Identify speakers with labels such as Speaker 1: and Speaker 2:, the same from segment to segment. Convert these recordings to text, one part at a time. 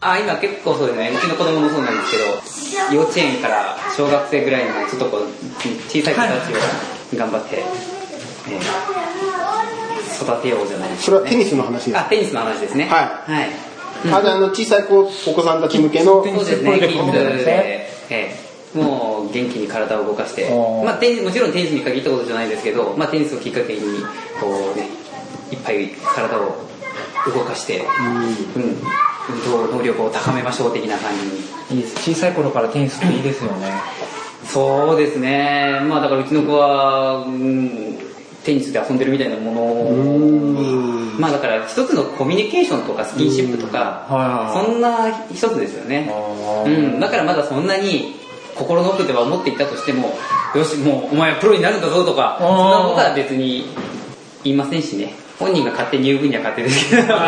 Speaker 1: あ今結構そうですねうちの子供もそうなんですけど幼稚園から小学生ぐらいのちょっとこう小さい子たちを頑張って、えー育てようじゃないですか、ね、
Speaker 2: それはテニスの話です
Speaker 1: あテニスの話ですね
Speaker 2: はい
Speaker 1: はい、
Speaker 2: ただあの小さい子お子さんたち向けの
Speaker 1: そうですね、キッズで、ええもう元気に体を動かして、
Speaker 3: おー
Speaker 1: まあ、テニスもちろんテニスに限ったことじゃないですけど、まあ、テニスをきっかけにこう、ね、いっぱい体を動かして、うん運動能力を高めましょう的な感じに。
Speaker 3: いいです小さい頃からテニスっていいですよね
Speaker 1: そうですね、まあ、だからうちの子は、うん、テニスで遊んでるみたいなものまあだから一つのコミュニケーションとかスキンシップとか、
Speaker 3: うんはいはい
Speaker 1: そんな一つですよね、
Speaker 3: あー
Speaker 1: うん、だからまだそんなに心の奥では思っていたとしてもよしもうお前はプロになるんだぞとか
Speaker 3: あ
Speaker 1: そん
Speaker 3: ー
Speaker 1: なことは別に言いませんしね本人が勝手に言う分には勝手です けどね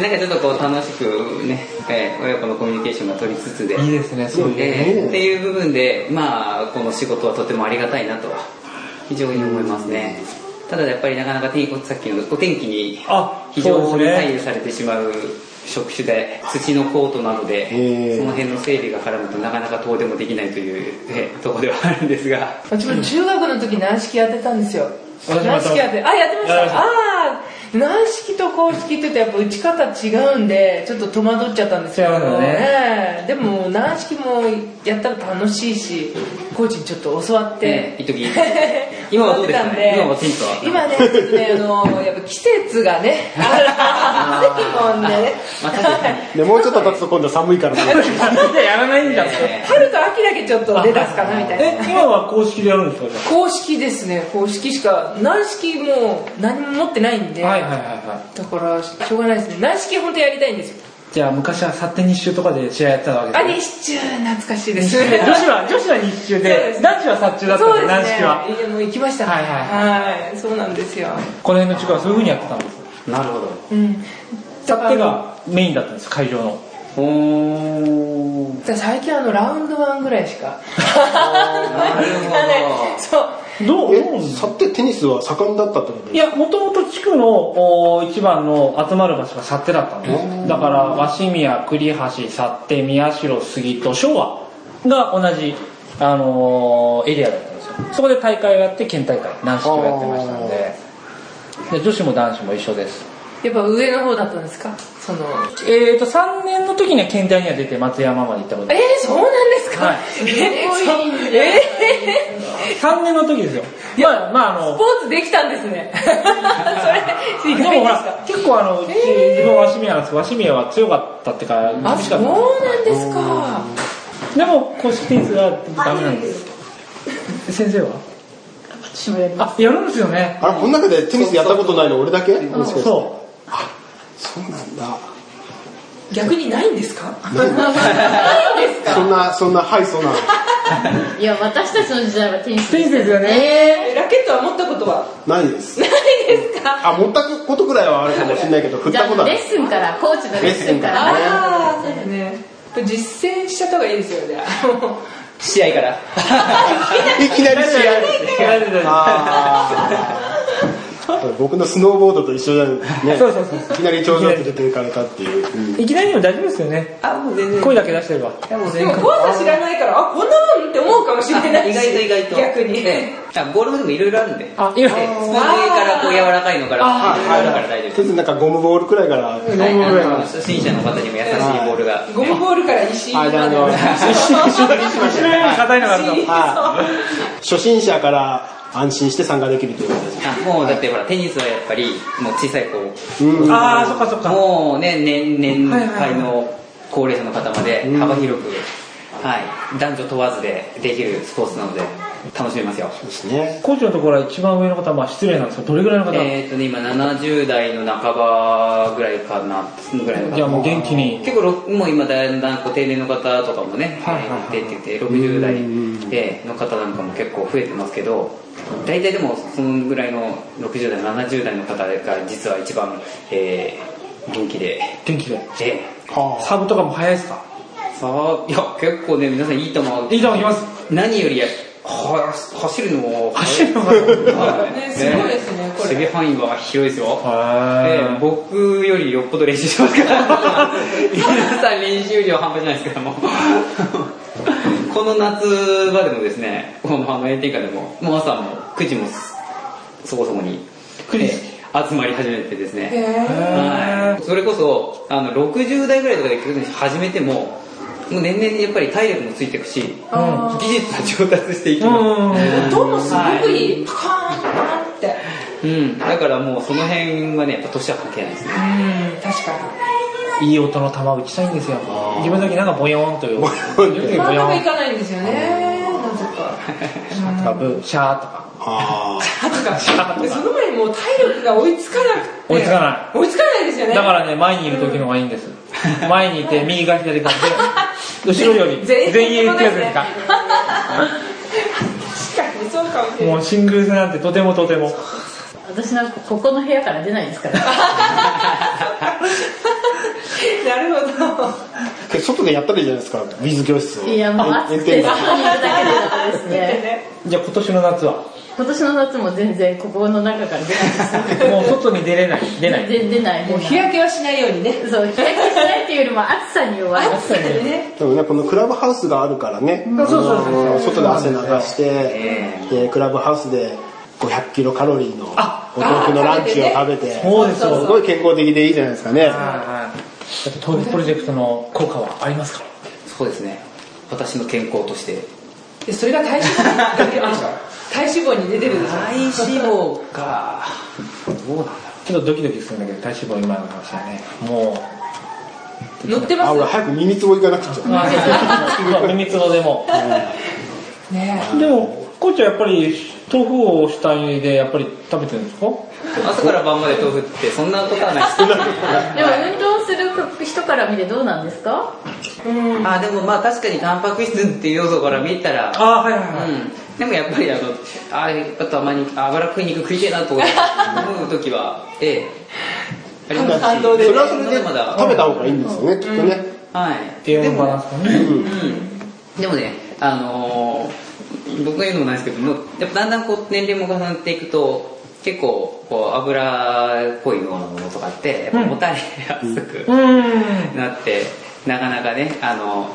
Speaker 1: なんかちょっとこう楽しくね、えー親子のコミュニケーションが取りつつで
Speaker 3: いいですねそういう
Speaker 1: えーっていう部分で、まあ、この仕事はとてもありがたいなとは非常に思いますね、ただやっぱりなかなか天さっきのお天気に
Speaker 3: あ
Speaker 1: 非常
Speaker 3: そう
Speaker 1: に
Speaker 3: ですね
Speaker 1: 左右されてしまう職種で土のコートなどで、
Speaker 2: えー
Speaker 1: その辺の整備が絡むとなかなか遠出もできないという、えーところではあるんですが
Speaker 4: 自分中学の時軟式やってたんですよ
Speaker 3: 私もや
Speaker 4: 軟
Speaker 3: ってました
Speaker 4: 式やってあやってまし
Speaker 3: やってましたた
Speaker 4: ああー軟式と公式って言うとやっぱ打ち方違うんでちょっと戸惑っちゃったんですけ
Speaker 3: 違
Speaker 4: ど
Speaker 3: うのね
Speaker 4: ええでも軟式もやったら楽しいしコーチにちょっと教わって
Speaker 1: え、ー一時今はどうですかね 今はテニスは
Speaker 4: 今ねちょっとねあのやっぱ季節が ねあら 季節もんでね
Speaker 1: まあ確かに
Speaker 2: でもうちょっと経つと今度寒いからね
Speaker 3: なんでやらないんだって
Speaker 1: え
Speaker 4: 春と秋だけちょっと出だすかなみたいな
Speaker 3: え今は公式でやるんですかじゃ
Speaker 4: 公式ですね公式しか軟式もう何も持ってないんで、
Speaker 3: あはいはいはいは
Speaker 4: だからしょうがないですね軟式本当やりたいんですよ
Speaker 3: いじゃあ昔はサッテニッシュとかで試合やってたわけ
Speaker 4: あ
Speaker 3: ですね
Speaker 4: 日中懐かしいです
Speaker 3: 女子は女子は日中
Speaker 4: そうで
Speaker 3: です男子は殺中だった
Speaker 4: そ
Speaker 3: ん
Speaker 4: う
Speaker 3: で
Speaker 4: ですね
Speaker 3: 軟式はい
Speaker 4: やもう行きました
Speaker 3: はいは
Speaker 4: はいそうなんですよ
Speaker 3: この辺の地区はそういうふうにやってたんです
Speaker 1: なるほど
Speaker 4: うん
Speaker 3: サッテがメインだったんです会場の
Speaker 1: おー
Speaker 4: だから最近あのラウンドワンぐらいしか
Speaker 1: なるほど
Speaker 4: そう
Speaker 3: どうどう 思う
Speaker 2: えさてテニスは盛んだったってこと
Speaker 3: いや、もともと地区のおー一番の集まる場所が幸手だったんです。だから、鷲宮、栗橋、幸手、宮代、杉戸、昭和が同じ、あのーエリアだったんですよ。そこで大会をやって、県大会、軟式をやってましたんで。で女子も男子も一緒です。
Speaker 4: やっぱ上の方だったんですかその
Speaker 3: えーと、3年の時には県大には出て松山まで行ったこと
Speaker 4: えー、そうなんです か、
Speaker 3: はい
Speaker 4: えーそうえー
Speaker 3: 3年の時ですよ。まあ、まあ、あの
Speaker 4: スポ、ーツできたんですね
Speaker 3: でもほら
Speaker 4: それ意外でした、
Speaker 3: 結構あの、うち自分は鷲宮なんですけど、鷲宮は強かったっていうか、
Speaker 4: あ
Speaker 3: 厳し
Speaker 4: そ
Speaker 3: か
Speaker 4: う
Speaker 3: った。
Speaker 4: なんですか
Speaker 3: でも公式テニスがダメなんです先生は
Speaker 4: 私もやりま
Speaker 3: あやるんですよね
Speaker 2: あれこの中でテニスやったことないの俺だけもしかして
Speaker 3: そ
Speaker 2: そうなんだ
Speaker 4: す逆にないんですかないんです
Speaker 2: そ
Speaker 4: か
Speaker 2: んなそんなはいそうなの
Speaker 5: いや、私たちの時代はテニ
Speaker 3: う
Speaker 5: ス
Speaker 3: テニスですよね
Speaker 4: えー、ラケットは持ったことは
Speaker 2: ないです
Speaker 4: ないですか
Speaker 2: あ持ったことぐらいはあるかもしれないけど振っ
Speaker 5: じゃ
Speaker 2: たこと
Speaker 5: あ
Speaker 2: はな
Speaker 5: レッ
Speaker 2: い
Speaker 5: スンからコーチのレッスン
Speaker 2: レッスン
Speaker 5: か
Speaker 2: から
Speaker 5: ら
Speaker 4: ああそうですねやっぱ実践しちゃった方がいいですよね
Speaker 1: 試合から
Speaker 2: いきなり試合
Speaker 3: やるじ ゃない
Speaker 2: あー僕のスノーボードと一緒だね
Speaker 3: そうそうそう
Speaker 2: いきなり頂上連れて行かれたっていう、うん
Speaker 3: いきなりでも大丈夫ですよね
Speaker 1: あもう全然
Speaker 3: 声だけ出してれば
Speaker 1: いやもう
Speaker 4: で
Speaker 1: 全
Speaker 4: も
Speaker 1: 然
Speaker 4: 怖さ知らないからあこんなもんって思うかもしれな
Speaker 1: 意
Speaker 4: いし
Speaker 1: 外と意外と
Speaker 4: 逆に
Speaker 1: ええあゴールドでもいろいろあるんで
Speaker 3: あいや
Speaker 1: でスポンジからこう柔らかいのから
Speaker 2: はい
Speaker 1: いろいろだから
Speaker 2: はいはい
Speaker 1: 大丈夫
Speaker 2: とりあえずなんかゴムボールくらいからゴムボ
Speaker 1: はい
Speaker 2: ールくらいか
Speaker 1: あの
Speaker 2: ら
Speaker 1: 初心者の方にも優しいボールが
Speaker 4: ゴムボールから石井
Speaker 2: あじゃああの
Speaker 3: 後ろより硬いのがあると
Speaker 2: はい初心者から安心して参加できるということですね
Speaker 1: あもうだってほらテニスはやっぱりもう小さい子
Speaker 2: うん
Speaker 3: ああそっかそっか
Speaker 1: もうね年年
Speaker 3: はいはい
Speaker 1: 配の高齢者の方まで幅広くはい男女問わずでできるスポーツなので楽しめますよ
Speaker 2: ですね
Speaker 3: コーチのところは一番上の方はまあ失礼なんですけどどれぐらいの方、
Speaker 1: えっとね今70代の半ばぐらいかなぐらいの方
Speaker 3: じゃあもう元気に
Speaker 1: 結構ろもう今だんだんこう定年の方とかもね、
Speaker 3: はいはいはい
Speaker 1: 出てて60代での方なんかも結構増えてますけど大体でもそのぐらいの60代70代の方が実は一番、えー元気で
Speaker 3: 元気で
Speaker 1: で
Speaker 2: は
Speaker 3: サーブとかも早いですか
Speaker 1: さあいや結構ね皆さんいいと思う
Speaker 3: いいと思い ます
Speaker 1: 何よりは走るのも
Speaker 3: 走るのが
Speaker 1: はい
Speaker 4: ねすごいですねこ
Speaker 1: 守
Speaker 4: こ
Speaker 1: 備
Speaker 4: れ
Speaker 1: 範囲は広いですよ。で
Speaker 3: へー
Speaker 1: 僕よりよっぽど練習しますから、皆さん練習量半端じゃないですから、もう。この夏場でもですね、このあの炎天下でも、もう朝も9時もそこそこに、
Speaker 3: 9時
Speaker 1: えー集まり始めてですね。
Speaker 4: へ
Speaker 1: はい、それこそあの60代ぐらいとかで始めてももう年々やっぱり体力もついていくし
Speaker 4: ーあ
Speaker 1: 技術は上達していき
Speaker 3: うん
Speaker 1: ま
Speaker 3: うんうん
Speaker 4: ー音もすごくいいパカーンパカーンって
Speaker 1: す、うん、だからもうその辺はねやっぱ年は関係ないですね
Speaker 4: うん確か
Speaker 3: いい音の球打ちたいんですよ自分の時なんかボヨーンと いうボヨ
Speaker 4: に
Speaker 3: ー
Speaker 4: 真ん
Speaker 3: ボヨ
Speaker 4: 中い
Speaker 3: ーン
Speaker 4: かないんですよねなぜか
Speaker 3: とかブーシャーとか
Speaker 2: あ
Speaker 4: あとかその前にもう体力が追いつかなくて
Speaker 3: 追いつかな
Speaker 4: 追いつかないですよね
Speaker 3: だからね前にいる時の方がいいんです前にいて右か左かで後ろより
Speaker 4: 全 員
Speaker 3: 全員いるってやつですか
Speaker 4: 確かにそうかもしれない
Speaker 3: もうシングルスなんてとてもとても
Speaker 5: 私なんかここの部屋から出ないですから。
Speaker 4: なるほど
Speaker 2: あ外でやったらいいじゃないですかウィズ教室を
Speaker 5: いやもう暑くて
Speaker 2: 炎天下
Speaker 5: 外にいるだけでとかですね。
Speaker 3: じゃあ今年の夏は
Speaker 5: 今年の夏も全然ここの中から出ないです。
Speaker 3: もう外に出 れない出ない
Speaker 5: 全然出ない。
Speaker 4: もう日焼けはしないようにね
Speaker 5: そう、日焼けしないっていうよりも暑さに弱い。
Speaker 4: 暑さでね
Speaker 2: でもねこのクラブハウスがあるからね
Speaker 3: そうそうそう
Speaker 2: あの外で汗流して
Speaker 1: え
Speaker 2: でクラブハウスで500キロカロリーの
Speaker 3: あ
Speaker 2: お豆腐のランチを食べて
Speaker 3: そうです
Speaker 2: す
Speaker 3: よ
Speaker 2: ごい健康的でいいじゃないですかね
Speaker 3: はいはいトールプロジェクトの効果はありますか
Speaker 1: そうですね私の健康として
Speaker 4: でそれが体脂肪に出てるでしょ体脂肪に出てるでしょ
Speaker 1: 体脂肪かどうなんだろ
Speaker 3: ちょっとドキドキするんだけど体脂肪今の話はねも
Speaker 4: 乗ってま
Speaker 2: あ
Speaker 4: す
Speaker 2: 俺早く耳つぼ行かなくち
Speaker 3: うまあ耳つぼでも
Speaker 2: ゃ
Speaker 4: ね
Speaker 3: でもこうちゃんやっぱり豆腐を主体でやっぱり食べてるんですか
Speaker 1: う朝から晩まで豆腐ってそんなことはない
Speaker 5: でも運動する人から見てどうなんですか
Speaker 4: うん
Speaker 1: あでもまあ確かにタンパク質っていう要素から見たら
Speaker 3: ああはいはいはい、
Speaker 1: うん、でもやっぱりあのあやっぱたまにあばら食い肉食いてえなと思う時はええありますし
Speaker 4: 感動
Speaker 2: そ
Speaker 4: で
Speaker 2: れは
Speaker 1: そ
Speaker 2: そ
Speaker 1: れ
Speaker 2: れ
Speaker 1: で
Speaker 2: で
Speaker 1: まだ
Speaker 2: 食べた方がいいんですよねきっとね
Speaker 1: はい
Speaker 3: 栄
Speaker 1: で
Speaker 3: 養のバラン
Speaker 1: も
Speaker 3: スがね
Speaker 1: うんでもねあのー僕が言うのもないですけどもうやっぱだんだんこう年齢も重なっていくと結構こう油っぽいようなものとかってやっぱもたれやすく、
Speaker 3: うん
Speaker 1: なってなかなかねあの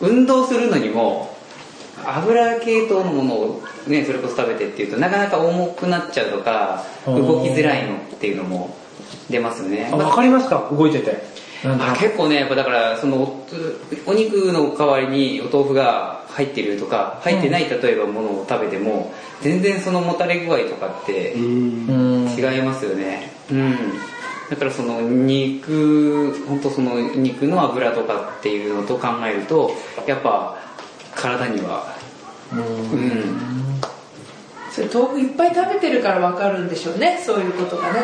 Speaker 1: 運動するのにも油系統のものを、ね、それこそ食べてっていうとなかなか重くなっちゃうとか
Speaker 3: うん
Speaker 1: 動きづらいのっていうのも出ますよね
Speaker 3: あわかりますか動いててなんだ
Speaker 1: あ結構ねやっぱだからそのおお肉の代わりにお豆腐が入ってるとか入ってない例えばものを食べても全然そのもたれ具合とかって
Speaker 2: うん
Speaker 3: うん
Speaker 1: 違いますよねうんだからその肉本当その肉の油とかっていうのと考えるとやっぱ体にはうん、
Speaker 4: それ豆腐いっぱい食べてるからわかるんでしょうねそういうことがね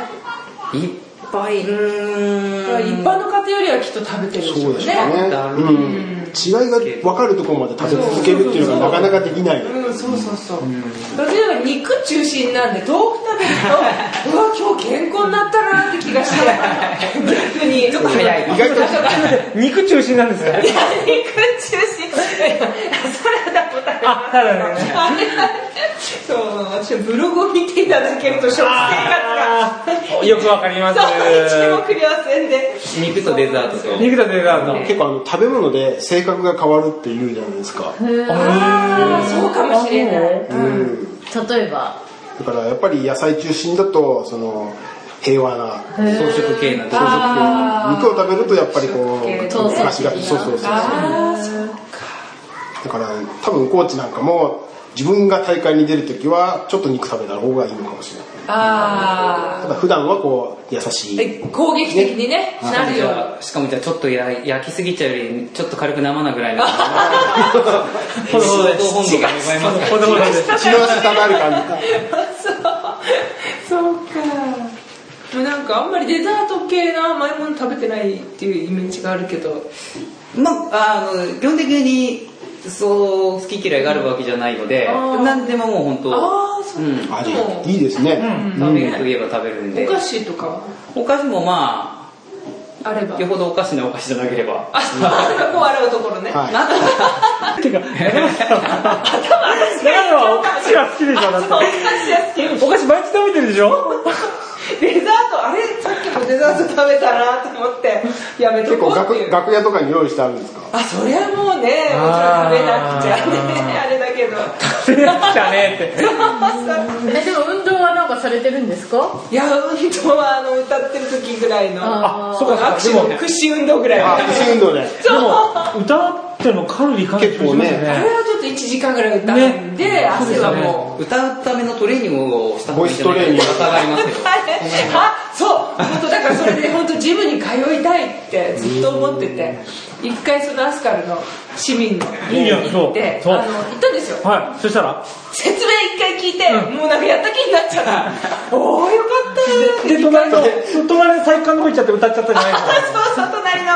Speaker 1: いっぱいう
Speaker 4: だから一
Speaker 1: ーん
Speaker 4: 般の方よりはきっと食べてるでしょ
Speaker 2: そう
Speaker 4: う
Speaker 2: で
Speaker 4: ね
Speaker 2: しょうね
Speaker 1: だ
Speaker 2: うん違いが分かるところまで食べ続けるっていうのがなかなかできない
Speaker 4: うんそうそうそう、どちらか肉中心なんで豆腐食べるとうわ今日健康になったなって気がして逆にちょっと
Speaker 1: 早い
Speaker 2: 意外と
Speaker 3: 肉中心なんですね
Speaker 4: 肉中心それだもた
Speaker 3: あただね
Speaker 4: あれだそう私はブログを見ていただけると食生活が
Speaker 3: あーよくわかります
Speaker 4: そう一目瞭然で
Speaker 1: 肉とデザートと
Speaker 3: 肉とデザート
Speaker 2: 結構あの食べ物で性格が変わるっていうじゃないですか、
Speaker 4: ああそうかもしれない、
Speaker 3: あ
Speaker 2: うん、
Speaker 5: 例えば。
Speaker 2: だからやっぱり野菜中心だとその平和な
Speaker 1: 草食系な
Speaker 2: 朝食
Speaker 1: 朝
Speaker 4: あー
Speaker 2: 肉を食べるとやっぱりこう
Speaker 5: そうそう
Speaker 2: 昔がそうそうそうそうだ
Speaker 4: ああそう
Speaker 2: から多分コーチなんかも自分が大会に出る時はちょっと肉食べた方がいいのかもしれない
Speaker 4: あ
Speaker 2: ただ普段はこう優し
Speaker 4: ー
Speaker 2: い
Speaker 4: え攻撃的にね
Speaker 1: 食
Speaker 4: なる
Speaker 1: じ
Speaker 4: よ
Speaker 1: ゃあしかもじゃあちょっとや焼きすぎちゃうよりちょっと軽く生なぐらいの ほどほど本能が芽生えますから
Speaker 3: 子供 なんで
Speaker 2: 血の下がある感じ
Speaker 4: そうかもうなんかあんまりデザート系の甘いもの食べてないっていうイメージがあるけど
Speaker 1: まあ、あの基本的にそう好き嫌いがあるわけじゃないので
Speaker 4: あー
Speaker 1: 何でももう本当
Speaker 4: ああそうう、
Speaker 1: ん
Speaker 2: あでもいいですね、
Speaker 1: 食べるといえば食べるんで
Speaker 4: お菓子とかは
Speaker 1: お菓子もま
Speaker 4: あれば
Speaker 1: あよほどおかしなお菓子じゃなければ
Speaker 4: あそれがこう洗うところね、
Speaker 2: はい
Speaker 4: なんか
Speaker 3: てか 長野はお菓子が好きでしょだってお菓子毎日食べてるでしょ
Speaker 4: デザートあれさっきもデザート食べたなと思ってやめと
Speaker 2: 結
Speaker 4: こ
Speaker 2: 構
Speaker 4: う
Speaker 2: 楽
Speaker 4: っていう
Speaker 2: 楽屋とかに用意してあるんですか
Speaker 4: あそりゃもうねもちろん
Speaker 3: あー
Speaker 4: 食べなくちゃねあれだけど
Speaker 3: 食べなくちゃねえって
Speaker 5: えでも運動はなんかされてるんですか
Speaker 4: いや運動はあの歌ってる時ぐらいの
Speaker 5: あ
Speaker 3: あそうか
Speaker 4: 握
Speaker 3: そうかで
Speaker 4: 手
Speaker 3: も
Speaker 4: 屈指運動ぐらいの
Speaker 2: あ屈運動 で
Speaker 3: でも歌ってもカロリーかなり
Speaker 2: 結構ね
Speaker 3: 消費しま
Speaker 4: あ
Speaker 3: す
Speaker 4: れ
Speaker 3: よ
Speaker 4: はちょっと1時間ぐらい歌うんで、汗はもう。
Speaker 1: 歌うためのトレーニングをした方がいいんじゃない
Speaker 2: ボイストレーニング
Speaker 1: か上がりますよ
Speaker 4: あそう本当だからそれで本当ジムに通いたいってずっと思ってて一回そのアスカルの市民の家に行って
Speaker 3: いいよそう
Speaker 4: あの行ったんですよ
Speaker 3: はいそしたら
Speaker 4: 説明一回聞いて、もうなんかやった気になっち ゃったおおよかった
Speaker 3: で隣 の隣の体育館の方行っちゃって歌っちゃったじゃないですか
Speaker 4: そうそう隣の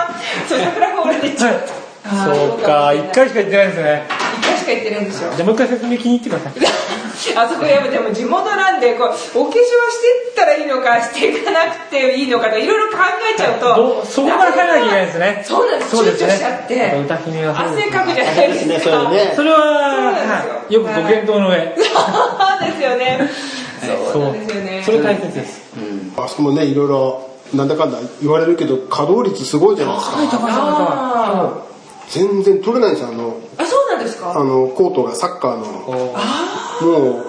Speaker 4: そう桜ホールで行っちゃった、
Speaker 3: そうか、一回しか行ってないんですね。
Speaker 4: 一回しか行ってないんですよ
Speaker 3: じゃあもう一回説明気に入ってください。
Speaker 4: あそこやっぱでも地元なんでこうお化粧してったらいいのかしていかなくていいのかとかいろいろ考えちゃう
Speaker 3: ど
Speaker 4: と
Speaker 3: うそこから入らなきゃいけないんですね。
Speaker 4: そうなんです
Speaker 3: そうです
Speaker 4: 躊
Speaker 3: ね
Speaker 4: 躇しちゃって
Speaker 3: やっぱ歌姫はそうです
Speaker 4: 汗かくじゃないですか
Speaker 2: ねそれね
Speaker 3: それ
Speaker 4: そうな
Speaker 3: は
Speaker 4: んで、す
Speaker 3: よ
Speaker 4: よ
Speaker 3: くご検討の上。
Speaker 4: そうですよねそうなんですよね
Speaker 3: それ大切です。
Speaker 2: あそこもねいろいろなんだかんだ言われるけど稼働率すごいじゃないですか
Speaker 4: あ
Speaker 2: 全然取れないんですよあの
Speaker 4: ーあそうなんですか
Speaker 2: あのコートがサッカーのも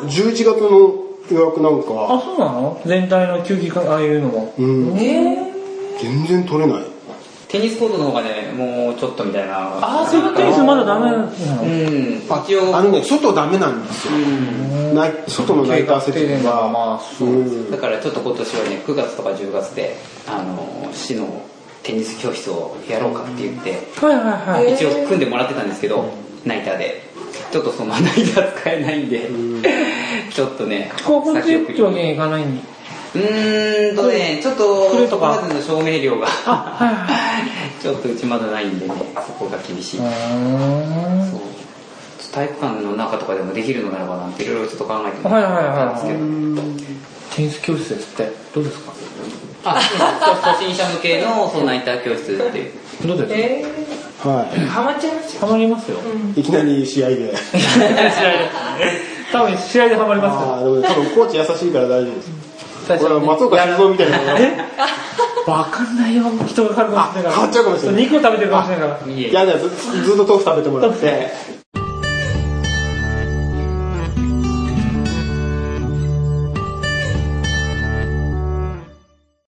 Speaker 2: う11月の予約なんか
Speaker 3: あ、そうなの全体の球技か、ああいうのも。
Speaker 2: うん
Speaker 4: ね
Speaker 2: 全然取れない
Speaker 1: テニスコートの方がねもうちょっとみたいな
Speaker 3: あ、そういうテニスまだダメな
Speaker 1: う
Speaker 3: の
Speaker 1: ん一応
Speaker 2: あのね外ダメなんですよナイ外のナイター設
Speaker 3: 経営
Speaker 2: 備
Speaker 3: が
Speaker 2: が
Speaker 3: まあ、
Speaker 2: うん
Speaker 1: だからちょっと今年はね9月とか10月であの市のテニス教室をやろうかって言って
Speaker 3: はいはいはい。
Speaker 1: 一応組んでもらってたんですけどナイターでちょっとそのナイター使えないんでちょっとね
Speaker 3: 高校
Speaker 1: 先
Speaker 3: 生っ
Speaker 1: 送り
Speaker 3: てわけにいかないんで。
Speaker 1: うーんとねちょっと
Speaker 3: 来るとか
Speaker 1: まずの照明量が
Speaker 3: あ、はいはい。
Speaker 1: ちょっとうちまだないんでねそこが厳しい、
Speaker 3: うーん
Speaker 1: そう体育館の中とかでもできるのならばなんていろいろちょっと考えて
Speaker 3: はいはい
Speaker 1: たん
Speaker 3: は
Speaker 1: です
Speaker 3: い
Speaker 1: けど、
Speaker 3: テニス教室ですって。どうですか
Speaker 1: あ初心者向けのそのナイター教室っていう
Speaker 3: どうですか
Speaker 4: え
Speaker 2: は
Speaker 4: ーハマっちゃいました
Speaker 3: ハマりますよ。
Speaker 2: いいきなり試合 で
Speaker 3: 多分 試合でハマりますよ
Speaker 2: ああでも多分コーチ優しいから大丈夫です
Speaker 3: 最初
Speaker 2: 俺は松岡修造みたいなのが
Speaker 3: わかんないよ人が変わるかもしれないから
Speaker 2: あ変わっちゃうかもしれない
Speaker 3: 肉を食べてるかもしれないから
Speaker 1: いえ
Speaker 2: 嫌なやつずっと豆腐食べてもらって